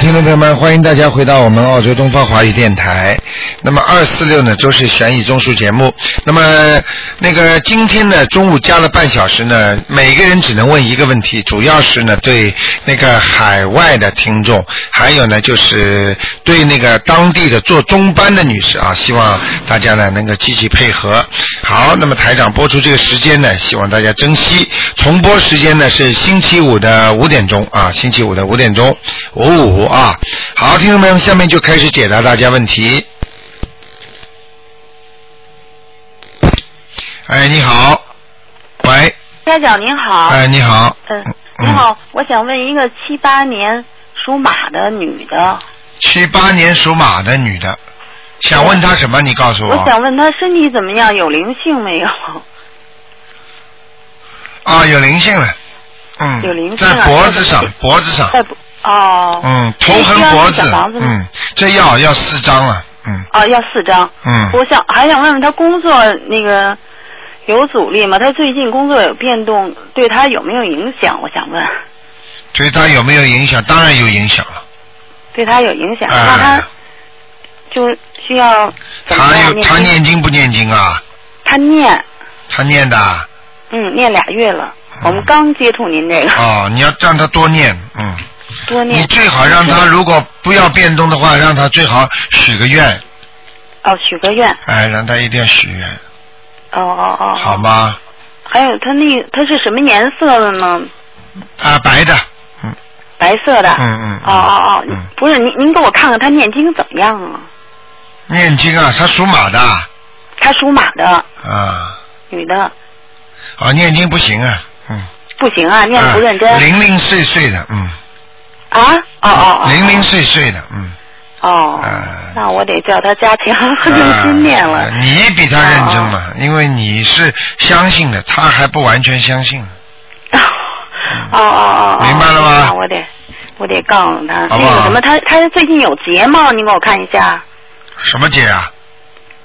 听众朋友们，欢迎大家回到我们澳洲东方华语电台。那么二四六呢，都是悬疑综述节目。那么那个今天呢，中午加了半小时呢，每个人只能问一个问题，主要是呢对那个海外的听众，还有呢就是对那个当地的做中班的女士啊，希望大家呢能够积极配合。好，那么台长播出这个时间呢，希望大家珍惜。重播时间呢是星期五的五点钟啊，星期五的五点钟，五五啊。好，听众朋友们，下面就开始解答大家问题。哎，你好，喂，家长您好，哎，你好，嗯，嗯您好，我想问一个七八年属马的女的，七八年属马的女的，想问她什么？你告诉我想问她身体怎么样，有灵性没有？啊，有灵性了，嗯，有灵性啊在脖子上对，脖子上，在不哦，嗯，头横脖子需要小，房子吗嗯，这药要四张了，嗯啊，要四张。嗯，我想还想问问她工作那个有阻力吗？她最近工作有变动，对她有没有影响？我想问，对她有没有影响？当然有影响了，对她有影响，哎那她就需要怎么她样有她经念经不念经啊？她念，她念的啊，嗯，念俩月了。嗯我们刚接触您这个，哦，你要让她多念，嗯，多念。你最好让她如果不要变动的话，让她最好许个愿，哦，许个愿。哎，让她一定要许愿，哦哦哦。好？吗？还有它哎那个它是什么颜色的呢？啊，白的，嗯白色的。嗯嗯，嗯哦哦哦，嗯，不是您您给我看看他念经怎么样啊？念经啊，她属马的啊他属马的，啊，女的，哦，念经不行啊，嗯。不行啊，念得不认真啊零零碎碎的，嗯，啊。哦哦哦。零零。碎碎的，嗯，哦啊。那我得叫他加强 认真念啊了。哦你比他认真嘛，因为你是相信的，他还不完全相信， 哦哦哦哦。明白了吗那我得我得告诉他好那不好个什么，他他最近有结吗？您给我看一下。什么姐啊？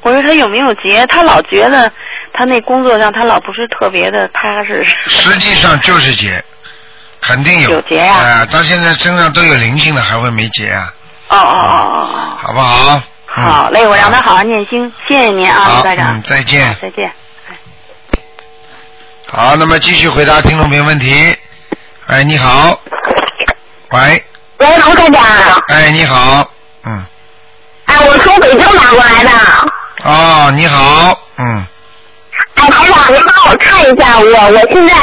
我说他有没有结？他老觉得他那工作上他老不是特别的踏实。实际上就是姐，肯定有有结呀啊到现在身上都有灵性了，还会没结啊？哦哦哦哦哦。好不好？嗯好嘞，我让他好好念经，谢谢您啊，好卢台嗯长，，再见。再见。好，那么继续回答听众朋友问题。哎，你好，喂，喂，卢科长，哎，你好，嗯，哎，我从北京打过来的，哦，你好，嗯。哎，台长，您帮我看一下我，我现在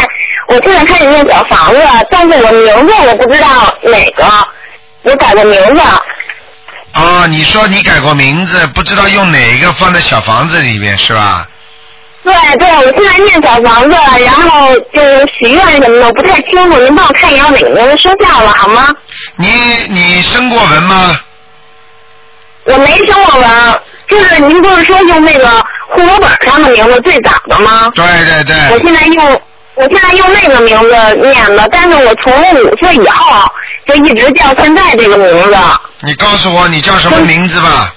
我现在开始念小房子，但是我名字我不知道哪个，我改过名字，哦，你说你改过名字，不知道用哪一个放在小房子里面是吧？对对，我现在念小房子，然后就是许愿什么的，我不太清楚，您帮我看一下我哪个名字生效了好吗？你你生过文吗？我没听过文，就是您不是说用那个户口本上的名字最早的吗？对对我对，现在用我现在用那个名字念的，但是我从五岁以后就一直叫现在这个名字。你告诉我你叫什么名字吧？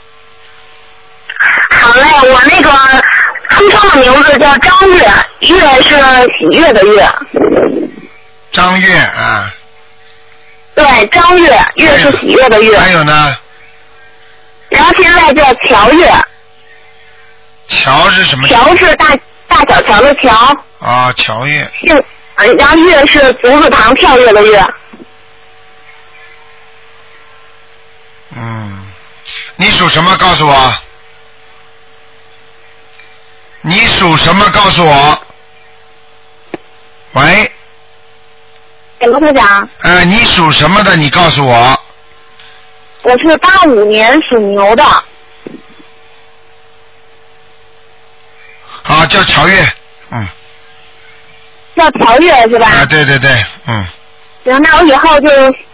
好嘞，我那个出生的名字叫张月，月是喜悦的月。张月啊，对，张月，月是喜悦的月。还有呢，然后现在叫乔月，乔是什么？乔是大大小乔的乔，啊，乔月，姓，呃然后月是足字旁跳跃的月。嗯，你属什么？告诉我。你属什么？告诉我。喂，给罗科长，呃，你属什么的？你告诉我。我是八五年属牛的。好，啊叫乔月。嗯，叫乔月是吧？啊，对对对，嗯。行，那我以后就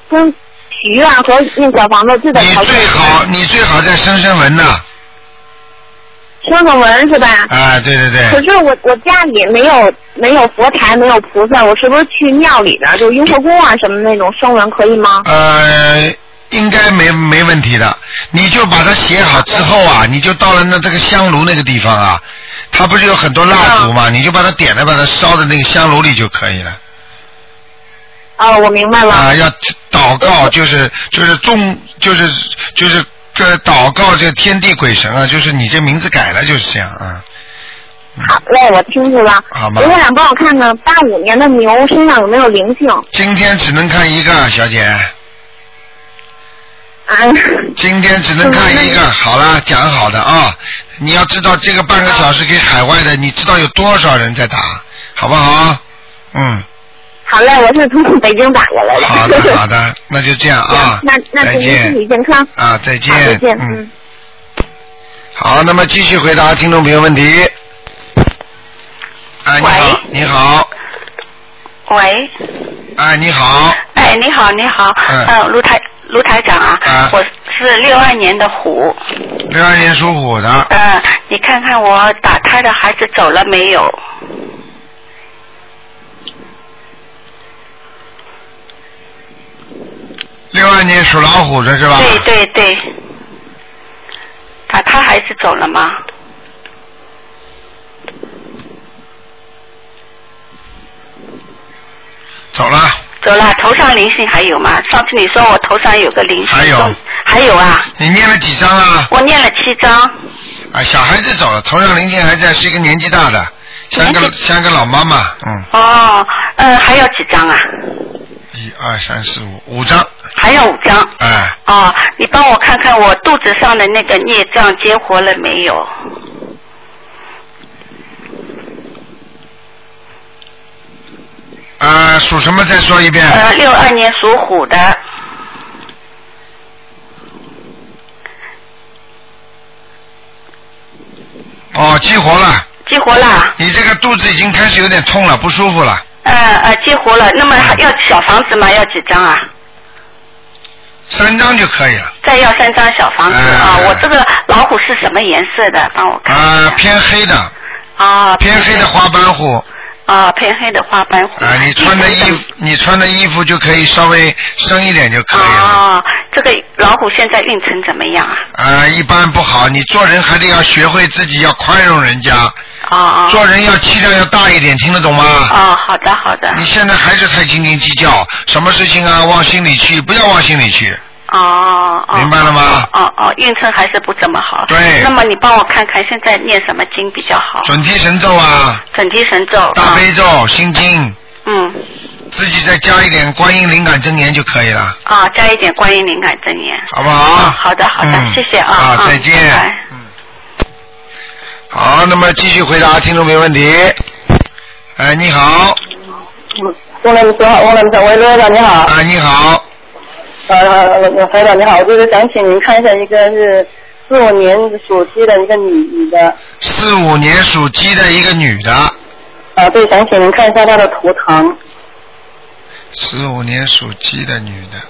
跟许愿和念小房子就在你乔最好，你最好再生生文呐！说个文是吧？啊，对对可对，是我我家里没有没有佛台，没有菩萨，我是不是去庙里边儿，就雍和宫啊什么那种生文可以吗？呃，应该没没问题的。你就把它写好之后啊，你就到了那这个香炉那个地方啊，它不是有很多蜡烛嘛，你就把它点了，把它烧在那个香炉里就可以了。哦，我明白了。啊，要祷告，就是就是众就是就是这祷告这天地鬼神啊，就是你这名字改了就是这样啊。好嘞，我清楚了。好吗刘科长帮我看看八五年的牛身上有没有灵性？今天只能看一个，小姐，啊，今天只能嗯看一个。好啦，讲好的啊，你要知道这个半个小时给海外的，你知道有多少人在打，好不好？嗯，好嘞，我是从北京打过来的。好的 好的，那就这样啊行，那那再祝您见身体健康。啊，再见，好，再见。嗯。好，那么继续回答听众朋友问题。哎，你好，你好，喂，哎，你好，哎，你好，你好，嗯呃，卢台卢台长啊，啊我是六二年的虎，六二年属虎的，呃，你看看我打胎的孩子走了没有？六二年属老虎的是吧？对对对，打胎孩子走了吗？走了，走了，头上灵性还有吗？上次你说我头上有个灵性，还有中还有啊，你念了几张啊？我念了七张，啊，小孩子走了，头上零件还在，是一个年纪大的，像一个年像一个老妈妈，嗯，哦，呃，还要几张啊？一二三四五五张，还要五张。哎，哦，你帮我看看我肚子上的那个孽障激活了没有？啊，属什么？再说一遍，呃，六二年属虎的，哦，激活了，激活了，你这个肚子已经开始有点痛了，不舒服了，呃呃，激活了。那么还要小房子吗？要几张啊？三张就可以了，再要三张小房子哎啊！我这个老虎是什么颜色的？帮我看一啊，下。偏黑的，啊，偏黑的花斑虎，啊，偏黑的花斑虎。哎啊，你穿的衣一服，你穿的衣服就可以稍微深一点就可以了。啊，这个老虎现在运程怎么样啊？啊，一般不好，你做人还得要学会自己要宽容人家，啊啊。做人要气量要大一点，听得懂吗？啊，好的好的。你现在还是太斤斤计较，什么事情啊往心里去，不要往心里去。哦哦。明白了吗哦哦，运程还是不怎么好。对那么你帮我看看现在念什么经比较好？准提神咒啊，准提神咒。大啊悲咒、心经，嗯。自己再加一点观音灵感真言就可以了，啊，加一点观音灵感真言。好不好？哦好的好的嗯谢谢啊啊，嗯再见拜拜。嗯。好，那么继续回答听众朋友问题。哎，你好。翁老师好，翁老师，喂，刘院长你好，啊，你好，呃，台长你好，我就是想请您看一下一个是四五年属鸡的一个女女的，四五年属鸡的一个女的，啊，对，想请您看一下她的图腾，四五年属鸡的女的，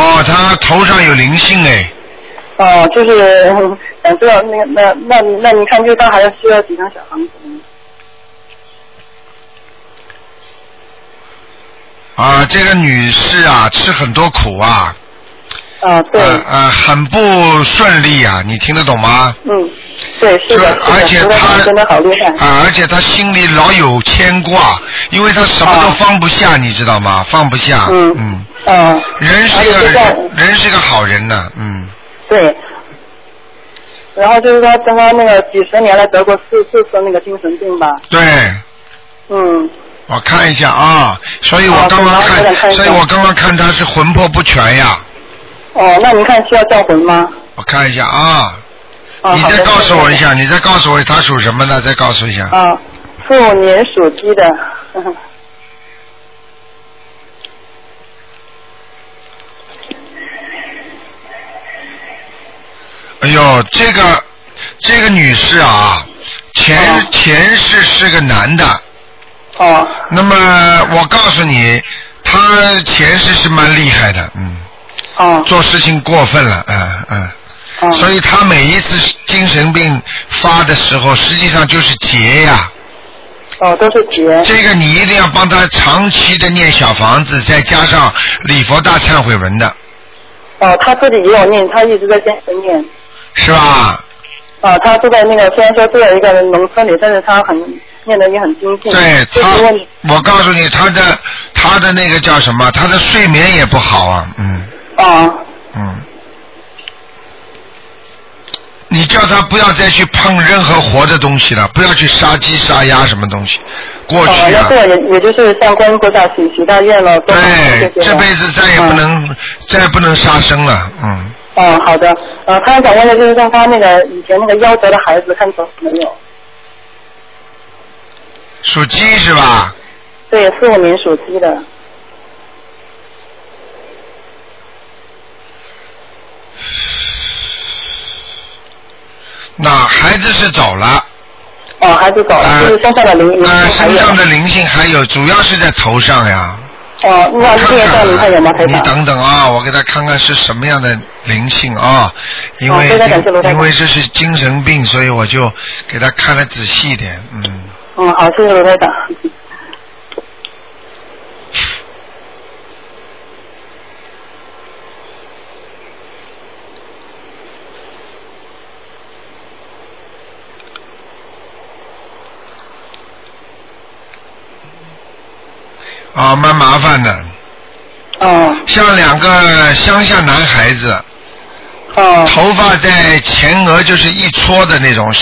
哦，她头上有灵性哎，哦、就是嗯想知道那个那那那您看这到还要需要几张小房子？啊，这个女士啊，吃很多苦啊，啊，对，呃呃，很不顺利啊，你听得懂吗？嗯，对，是就的，而且是的，她真的好厉害，啊，而且她心里老有牵挂，因为她什么都放不下，你知道吗？放不下，嗯嗯，嗯，人是而个且现在人人是个好人呐、嗯，对。然后就是说，刚刚那个几十年来得过四四次那个精神病吧，对，嗯，我看一下啊，所以我刚刚啊看，对然后我再看一下所以我刚刚看他是魂魄不全呀。哦，那您看需要叫魂吗？我看一下啊，啊、你好再的告诉我一。谢谢下，你再告诉我他属什么的，再告诉一下。啊，四五年属鸡的， 哎呦，这个这个女士啊，前、啊前世是个男的，哦那么我告诉你，他前世是蛮厉害的，嗯，哦做事情过分了，嗯嗯。哦，所以他每一次精神病发的时候，实际上就是劫呀、哦都是结，这个你一定要帮他长期的念小房子，再加上礼佛大忏悔文的，哦他自己也有念，他一直在坚持念，是吧？啊他住在那个虽然说住在一个农村里，但是他很念的也很精进，对这他是问，我告诉你，他的他的那个叫什么？他的睡眠也不好啊，嗯哦，嗯。你叫他不要再去碰任何活的东西了，不要去杀鸡杀鸭什么东西。过去哦，啊，那这也也就是像观音菩萨许许大愿了，做好对，这些这了辈子再也不能、再也不能杀生了，嗯。哦，好的。呃，他想问的就是像他那个以前那个夭折的孩子，看走没有？属鸡是吧？对，四五年属鸡的。那孩子是走了，哦，孩子走了，呃就是身上的灵灵性呃，嗯还身有。上的灵性还有，主要是在头上呀。哦，那看孽障你看有吗？台看， 你长。等等啊，我给他看看是什么样的灵性啊，因为、哦非常感谢卢台长因为这是精神病，所以我就给他看的仔细一点，嗯，嗯，好，谢谢卢台长。啊，蛮麻烦的，哦像两个乡下男孩子，哦头发在前额就是一撮的那种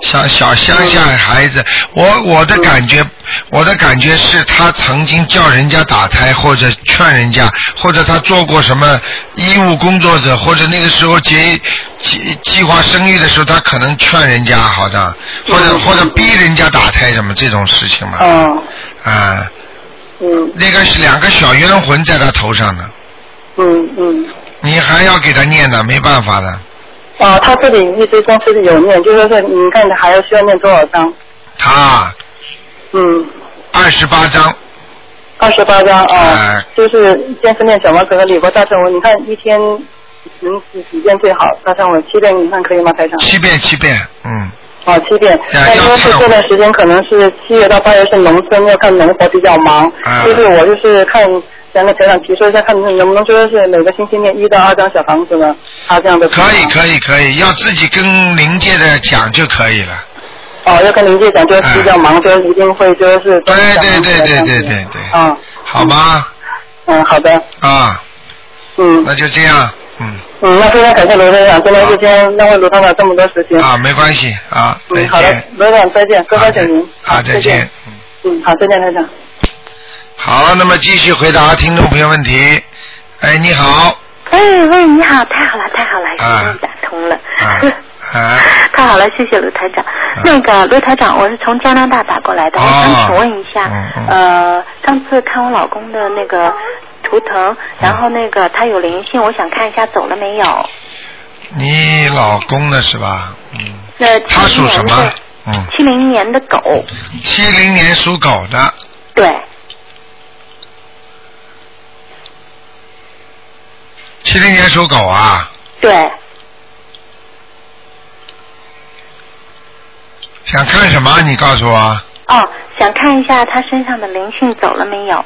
小小乡下孩子，我我的感觉，我的感觉是他曾经叫人家打胎或者劝人家，或者他做过什么医务工作者，或者那个时候计计计划生育的时候，他可能劝人家好的，或者或者逼人家打胎什么这种事情嘛，哦，啊，嗯那个是两个小冤魂在他头上呢，嗯嗯。你还要给他念呢，没办法的。哦，他自己一直公司里有念，就是说你看他还要需要念多少章？他嗯，二十八章，二十八章哎哦，就是先是念小王可和李国大圣文，你看一天能几几遍最好？大圣文七遍，你看可以吗，台长？七遍七遍，嗯，哦，七遍。但因为是这段时间可能是七月到八月是农村，要看农活比较忙，啊就是我就是看想跟台长提出一下，看能不能说是每个星期念一到二张小房子呢？他这样的可以可以可以，要自己跟灵界的讲就可以了。哦，要跟林姐讲，就是比较忙，就是一定会就是啊对对对对对对对，嗯好吧，嗯，好的，啊，嗯那就这样，嗯，嗯，那非常感谢卢台长，真的是今天浪费卢台长这么多时间。啊，没关系啊，再嗯，好的见，，卢台长再见，多啊谢您。啊，再见。。嗯嗯，好，再见，台长。好，那么继续回答听众朋友问题。哎，你好，哎喂，你好，太好了，太好了，啊终于打通了。 啊啊，太好了，谢谢卢台长。那个卢台长，我是从加拿大打过来的，哦我想请问一下，嗯嗯呃，上次看我老公的那个图嗯腾，然后那个他有灵性，我想看一下走了没有。你老公呢是吧？嗯，那他七属零什年么的？嗯，七零年的狗，七零年属狗的，对，七零年属狗啊，对，想看什么？你告诉我。哦，想看一下他身上的灵性走了没有？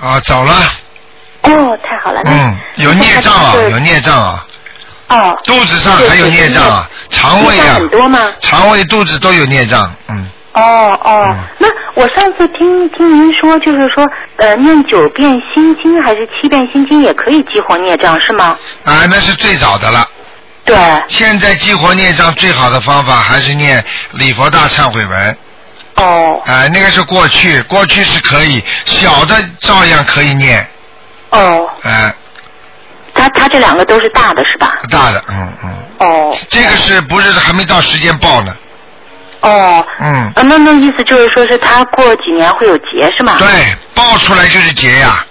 啊，走了。哦，太好了，那嗯，有孽障啊那他，就是有孽障啊，哦，肚子上还有孽障啊，肠胃孽障啊很，多吗？肠胃、肚子都有孽障。嗯，哦哦，嗯那我上次听听您说，就是说，呃，念九遍心经还是七遍心经也可以激活孽障是吗？啊，那是最早的了。对，现在激活孽障最好的方法还是念礼佛大忏悔文。哦啊，那个是过去，过去是可以，小的照样可以念。哦，啊，他他这两个都是大的是吧？大的，嗯嗯，哦这个是不是还没到时间报呢？哦，嗯，呃，那那意思就是说是他过几年会有劫是吗？对，报出来就是劫呀。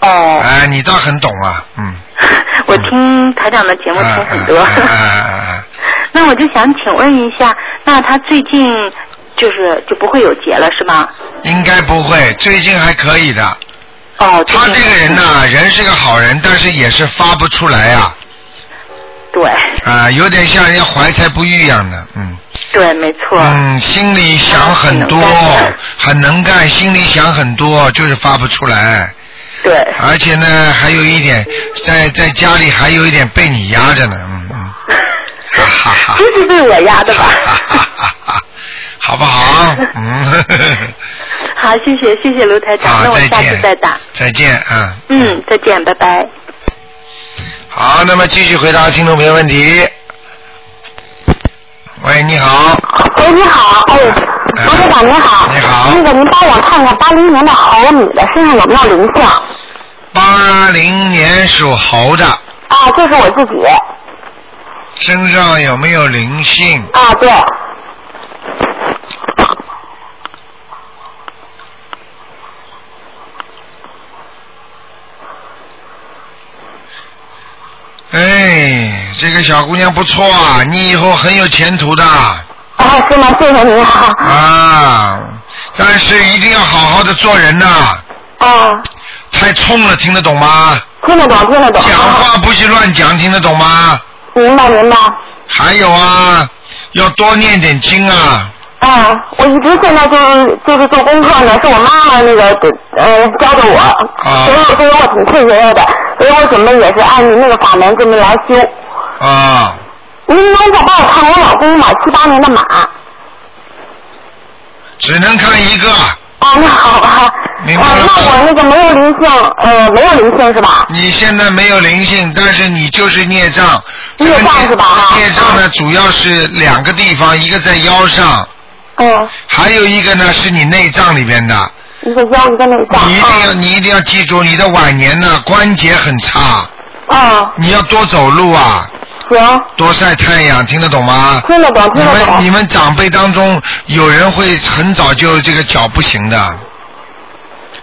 哦，哎，你倒很懂啊，嗯。 我听台长的节目听很多，啊啊啊啊啊 那我就想请问一下，那他最近就是就不会有劫了是吗？应该不会，最近还可以的。哦，最他近这个人呢、人是个好人，但是也是发不出来呀、对啊，有点像人家怀才不遇一样的，嗯对，没错。嗯，心里想很多很能干，很能干，心里想很多，就是发不出来。对，而且呢，还有一点，在在家里还有一点被你压 着呢，嗯嗯，哈哈哈， 就是被我压的吧？哈哈哈哈，好不好？ 嗯，好，谢谢谢谢卢台长，那好，我啊再下次见，再打。，再见啊。嗯，再见，拜拜。好，那么继续回答听众朋友问题。喂，你好，喂，你好，哎，罗队长您好，你好那个您帮我看看八零年的猴女的身上有没有灵性？八零年属猴的，啊，这是我自己。身上有没有灵性？啊，对，哎，这个小姑娘不错啊，你以后很有前途的啊，是吗？谢谢您啊。啊，但是一定要好好的做人呐、啊，太冲了，听得懂吗？听得懂，听得懂。讲话不许乱讲，听得懂吗？明白，明白。还有啊，要多念点经啊。啊，我一直现在就是就是做功课呢，是我妈妈那个呃教的我，啊所以所以我挺愧疚的，所以我准备也是按您那个法门准备来修。啊，您能再帮我看我老公吗？七八年的马。只能看一个。啊，那好吧。明白啊了那我那个没有灵性，呃，没有灵性是吧？你现在没有灵性，但是你就是孽障。这个孽障是吧啊孽障呢，主要是两个地方，一个在腰上，嗯，还有一个呢是你内脏里边的。一个腰一个内脏。你一定要，你一定要记住，你的晚年呢关节很差，啊。你要多走路啊，嗯，行，多晒太阳，听得懂吗？听得懂，你听得们你懂。们长辈当中有人会很早就这个脚不行的，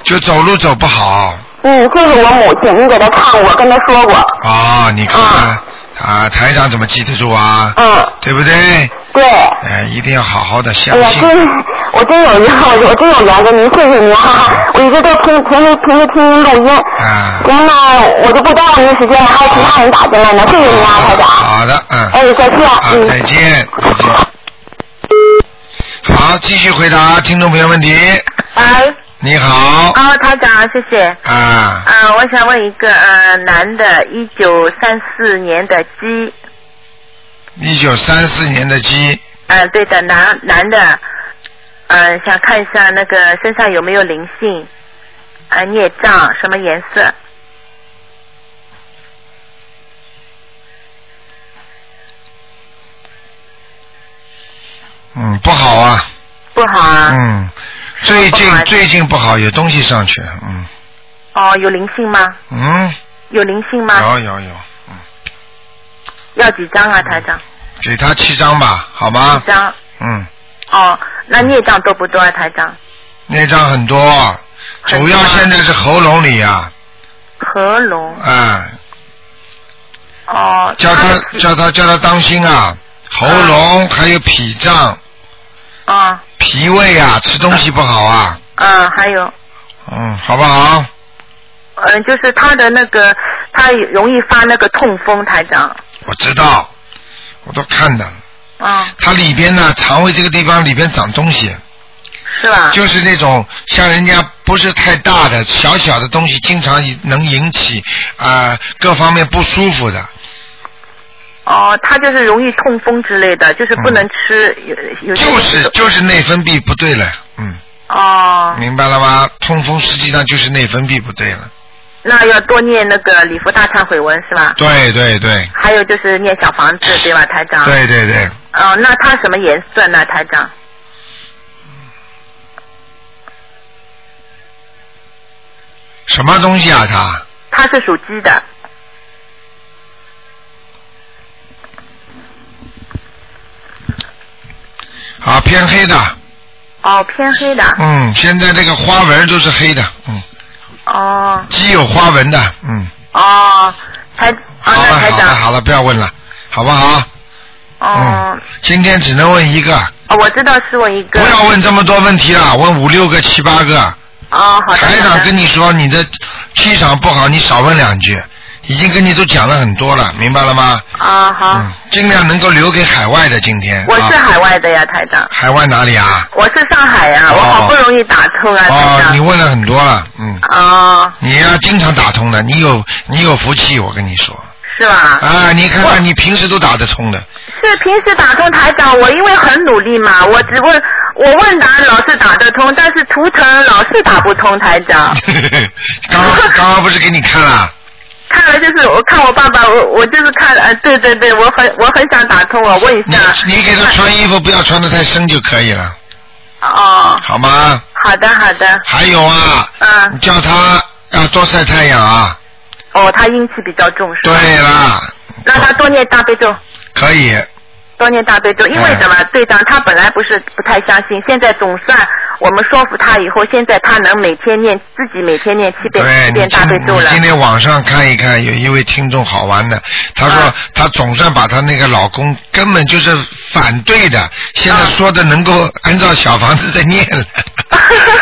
就走路走不好嗯，这是我母亲，你给她看过，跟她说过。啊、你看看啊，台长怎么记得住啊？嗯，对不对？对。哎，一定要好好的相哎呀，信。真，我真有缘，我我真有缘分，您谢谢您啊！我一直都听平时平时听您录音，啊，行，那我就不耽误您时间了，还有其他人打进来呢，谢谢您啊，台长。好的，嗯。哎，再见，啊，嗯。再见，再见。好，继续回答听众朋友问题。哎，你好，哦，台长，谢谢。啊，嗯、我想问一个呃男的，一九三四年的鸡，一九三四年的鸡，嗯、对的，男男的，嗯、想看一下那个身上有没有灵性，啊、孽障什么颜色？嗯，不好啊，不好啊。嗯，最不好近啊最近不好，有东西上去了，嗯哦，有灵性吗？嗯，有灵性吗？有有有，要几张啊，台长？给他七张吧，好吗几？张？嗯，哦，那孽障多不多啊，台长？那张很多，很主多啊要现在是喉咙里啊，合龙。啊，哦。叫他他的脾叫他叫他当心啊，喉咙还有脾脏、哦，脾胃啊，吃东西不好啊，嗯，还有。嗯，好不好？嗯，就是他的那个，他容易发那个痛风，台长。我知道，我都看到了，啊，它里边呢，肠胃这个地方里边长东西，是吧？就是那种像人家不是太大的小小的东西，经常能引起啊、各方面不舒服的。哦，他就是容易痛风之类的，就是不能吃，有有嗯些就是就是内分泌不对了，嗯，哦，明白了吗？痛风实际上就是内分泌不对了。那要多念那个礼佛大忏悔文是吧？对对对，还有就是念小房子对吧，台长？。对对对，哦，那他什么颜色呢，台长？什么东西啊它？他是属鸡的，啊，偏黑的，哦，偏黑的，嗯，现在这个花纹都是黑的，嗯，哦鸡有花纹的，嗯，哦，台啊，好了那台好了长，好了，不要问了，好不好？哦嗯，，今天只能问一个，哦我知道是我一不个，要问这么多问题了，问五六个、七八个。哦，好的，台好长的跟你说你的气场不好，你少问两句，已经跟你都讲了很多了，明白了吗？啊、好。嗯，尽量能够留给海外的今天。 我是啊、海外的呀，台长。海外哪里啊？我是上海呀，哦我好不容易打通啊，台哦，你长。问了很多了，嗯，哦，你要经常打通的，你有你有福气，我跟你说是吧？啊，你看 看你平时都打得通的，是平时打通台长，我因为很努力嘛，我只不过我问答老是打得通，但是图腾老是打不通，台长。刚刚刚刚不是给你看了？看了就是我看我爸爸，我我就是看呃，对对对，我很我很想打通，我问一你下。你给他穿衣服不要穿的太深就可以了，哦，好吗？好的好的，还有啊，嗯，你叫他要多晒太阳啊。哦，他阴气比较重是吧？对啦，让他多念大悲咒，可以，多念大悲哎咒，因为什么？队长他本来不是不太相信，现在总算我们说服他以后，现在他能每天念自己每天念七对遍七哎你遍大悲今咒你了。今天网上看一看，有一位听众好玩的，她说啊她总算把她那个老公根本就是反对的，现啊在说的能够按照小房子在念 了，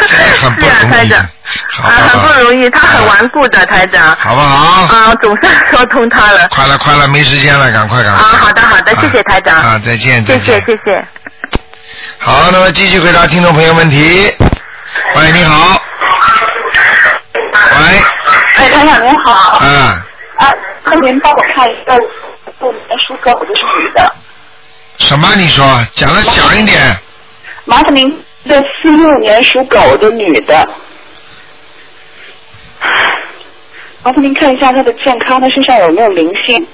这很不是啊，台容易长，，好啊，很吧，不容易，他很顽固的，台长。好不好？啊，总算说通他了。快了快了，没时间了，赶快赶啊，快。好的好的，谢谢台长。啊，再见再谢谢见。谢谢。好，那么继续回答听众朋友问题。喂，你好。喂，哎，台长您好，啊，啊，那您帮我看一个我们的书哥，我就是女的，什么？你说，讲的响一哦点。麻烦您，这四六年属狗的女的， 麻烦您看一下她的健康，她身上有没有灵性？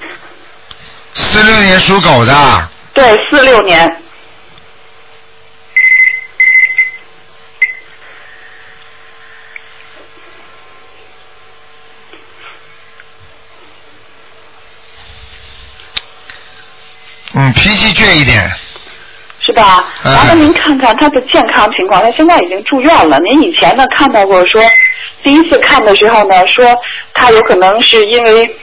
四六年属狗的。对，四六年，嗯，脾气倔一点。是吧？哎麻烦您看看她的健康情况，她现在已经住院了。您以前呢看到过说，第一次看的时候呢说她有可能是因为。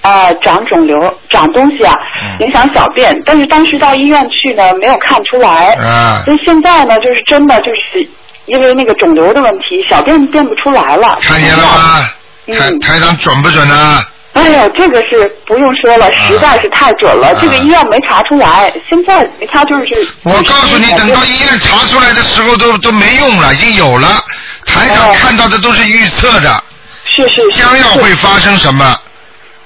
啊、长肿瘤、长东西啊，影响小便。但是当时到医院去呢，没有看出来。啊所以现在呢，就是真的就是因为那个肿瘤的问题，小便便不出来了。看见了吗？嗯台台长准不准啊呢？哎呀，这个是不用说了，实在啊是太准了。这个医院没查出来，现在他就是我告诉你，等到医院查出来的时候都都没用了，已经有了。台长看到的都是预测哦的，是是是将要会发生什么，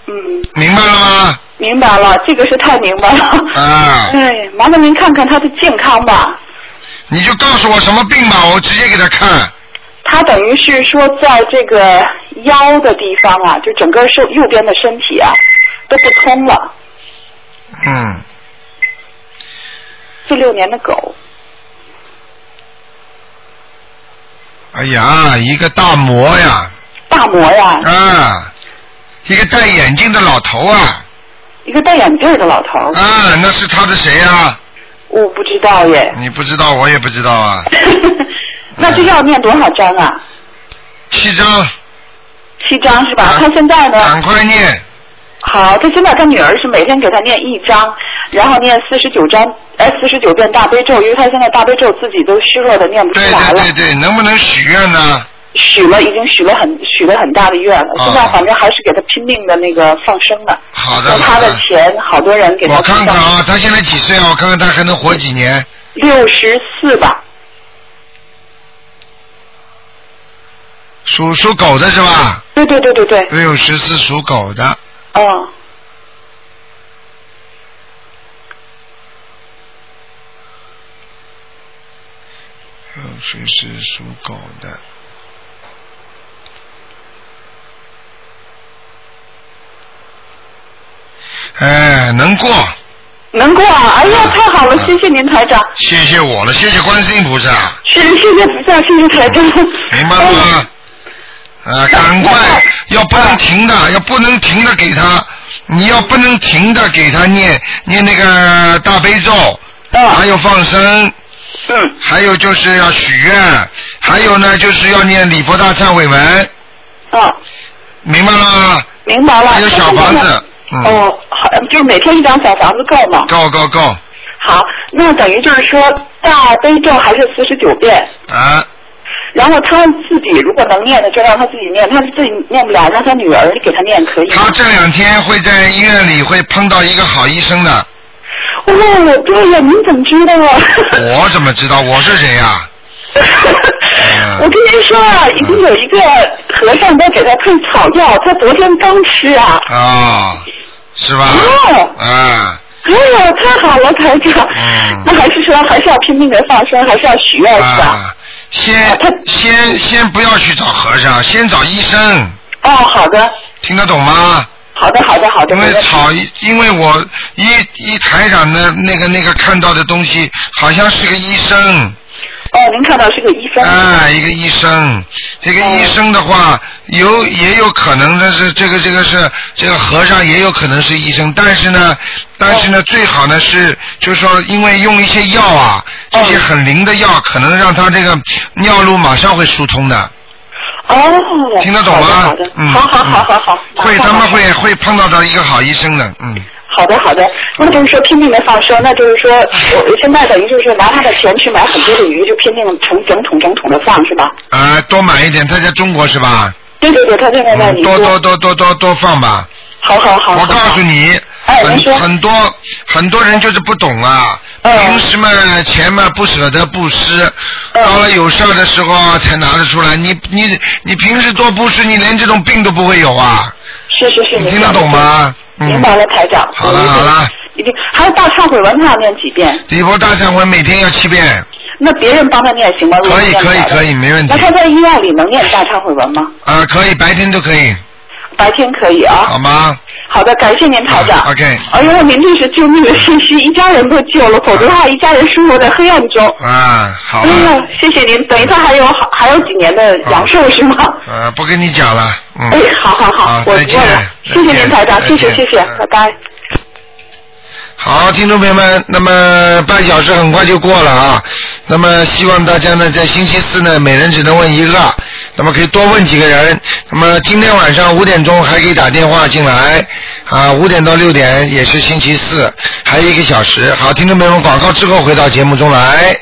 嗯，明白了吗？明白了，这个是太明白了。啊， 哎，麻烦您看看他的健康吧。你就告诉我什么病吧，我直接给他看。他等于是说，在这个腰的地方啊，就整个是右边的身体啊，都不通了。嗯，四六年的狗，哎呀，一个大魔呀！大魔呀，啊，一个戴眼镜的老头啊！一个戴眼镜的老头。啊，那是他的谁呀、我不知道耶。你不知道，我也不知道啊。 那这要念多少章啊？嗯七张，七章是吧？嗯他现在呢？赶快念。好，他现在他女儿是每天给他念一章，然后念四十九章，呃，四十九遍大悲咒，因为他现在大悲咒自己都虚弱的念不出对来了对对，对，能不能许愿呢？许了已经许了很许了很大的愿了，现在反正还是给他拼命的那个放生呢。哦好的用他的钱，好多人给他我看看啊，他现在几岁啊？我看看他还能活几年。六十四吧，属属狗的是吧？对对对对对，六十四属狗的，嗯，六十四属狗的。哎，能过，能过啊！哎呀，嗯太好了，嗯谢谢您台长，谢谢我了，谢谢观世音菩萨，谢谢谢谢菩萨，谢谢台长。明白了吗？啊，赶快，要不能停的，要不能停的给他，你要不能停的给他念念那个大悲咒，啊还有放生，嗯，还有就是要许愿，还有呢就是要念礼佛大忏悔文，嗯，明白了吗？明白了。还有小房子，嗯，哦，好，就是每天一张小房子够吗？够够够好，那等于就是说大悲咒还是四十九遍，啊！然后他自己如果能念的就让他自己念，他自己念不了，让他女儿给他念可以吗。他这两天会在医院里会碰到一个好医生的，哦，对呀，您怎么知道啊？我怎么知道我是谁呀、嗯 我跟您说啊，已经有一个和尚在给他配草药，他昨天刚吃啊。啊、是吧？哦啊，哎呀，太好了，台长。嗯那还是说还是要拼命的放生，还是要许愿是吧？啊，先先先不要去找和尚，先找医生。哦，好的。听得懂吗？好的，好的，好的。因为草，因为我一一台长的那个那个看到的东西，好像是个医生。哦，您看到是个医生。啊，一个医生，这个医生的话，有也有可能的是这个这个是这个和尚，也有可能是医生，但是呢，但是呢，最好呢是就是说，因为用一些药啊，这些很灵的药，可能让他这个尿路马上会疏通的。哦，听得懂好吗的？嗯，好好好好好，嗯会他们会会碰到到一个好医生的，嗯。好的，好的。那就是说拼命的放生，那就是说我现在等于就是拿他的钱去买很多的鱼，就拼命成整桶整桶的放是吧？啊，多买一点，他在中国是吧？对对对，他现在在嗯你多多多多多多放吧。好好好。哎我告诉你，很很多很多人就是不懂啊，嗯平时嘛钱嘛不舍得布施，到了有事儿的时候才拿得出来。你你你平时多布施，你连这种病都不会有啊。是是是，你听得懂吗？嗯明白了，台长。好了好了，一定还有大忏悔文，他要念几遍？李波大忏悔每天要七遍，那别人帮他念行吗？如果可以念不可以了的可以，没问题那。他在医院里能念大忏悔文吗？啊，可以白天都可以，白天可以啊。好吗好的，感谢您台长。 ？OK。哎呦，您这是救命的信息，一家人都救了，否则的话一家人生活在黑暗中。啊，好哎了，呀，谢谢您。等于他还有还有几年的阳寿是吗？呃，不跟你讲了，嗯。哎，好好好，我再知见道了。，谢谢您台长，再谢见谢谢谢，拜拜。好，听众朋友们，那么半小时很快就过了啊。那么希望大家呢，在星期四呢，每人只能问一个，那么可以多问几个人。那么今天晚上五点钟还可以打电话进来啊，五点到六点也是星期四，还有一个小时。好，听众朋友们，广告之后回到节目中来。